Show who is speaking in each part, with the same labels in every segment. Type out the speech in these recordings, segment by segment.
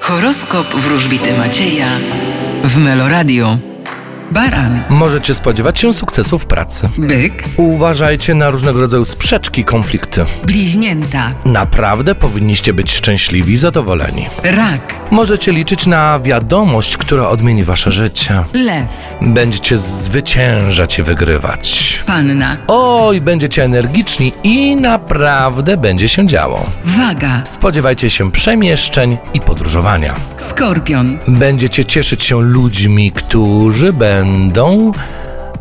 Speaker 1: Horoskop wróżbity Macieja w Meloradio. Baran,
Speaker 2: Możecie spodziewać się sukcesu w pracy.
Speaker 1: byk,
Speaker 2: Uważajcie na różnego rodzaju sprzeczki, konflikty.
Speaker 1: bliźnięta,
Speaker 2: Naprawdę powinniście być szczęśliwi i zadowoleni.
Speaker 1: rak,
Speaker 2: Możecie liczyć na wiadomość, która odmieni wasze życie.
Speaker 1: lew,
Speaker 2: Będziecie zwyciężać i wygrywać.
Speaker 1: panna,
Speaker 2: Oj, będziecie energiczni i naprawdę będzie się działo.
Speaker 1: waga,
Speaker 2: Spodziewajcie się przemieszczeń i podróżowania.
Speaker 1: skorpion,
Speaker 2: Będziecie cieszyć się ludźmi, którzy będą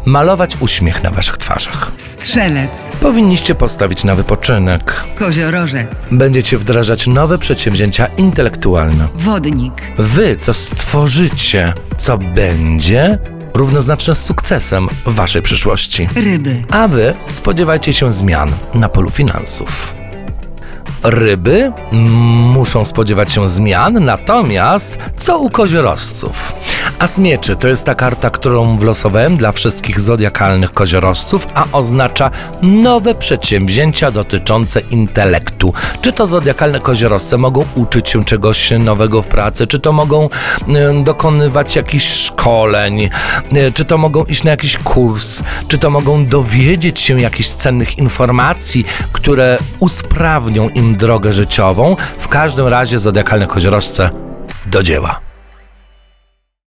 Speaker 2: malować uśmiech na waszych twarzach.
Speaker 1: strzelec,
Speaker 2: Powinniście postawić na wypoczynek.
Speaker 1: koziorożec,
Speaker 2: Będziecie wdrażać nowe przedsięwzięcia intelektualne.
Speaker 1: wodnik,
Speaker 2: Wy, co stworzycie, co będzie równoznaczne z sukcesem w waszej przyszłości.
Speaker 1: ryby.
Speaker 2: A wy spodziewajcie się zmian na polu finansów. Ryby muszą spodziewać się zmian, natomiast co u koziorożców? A smieczy to jest ta karta, którą wlosowałem dla wszystkich zodiakalnych koziorożców, a oznacza nowe przedsięwzięcia dotyczące intelektu. Czy to zodiakalne koziorożce mogą uczyć się czegoś nowego w pracy, czy to mogą y, dokonywać jakichś szkoleń, y, czy to mogą iść na jakiś kurs, czy to mogą dowiedzieć się jakichś cennych informacji, które usprawnią im drogę życiową. W każdym razie zodiakalne koziorożce do dzieła.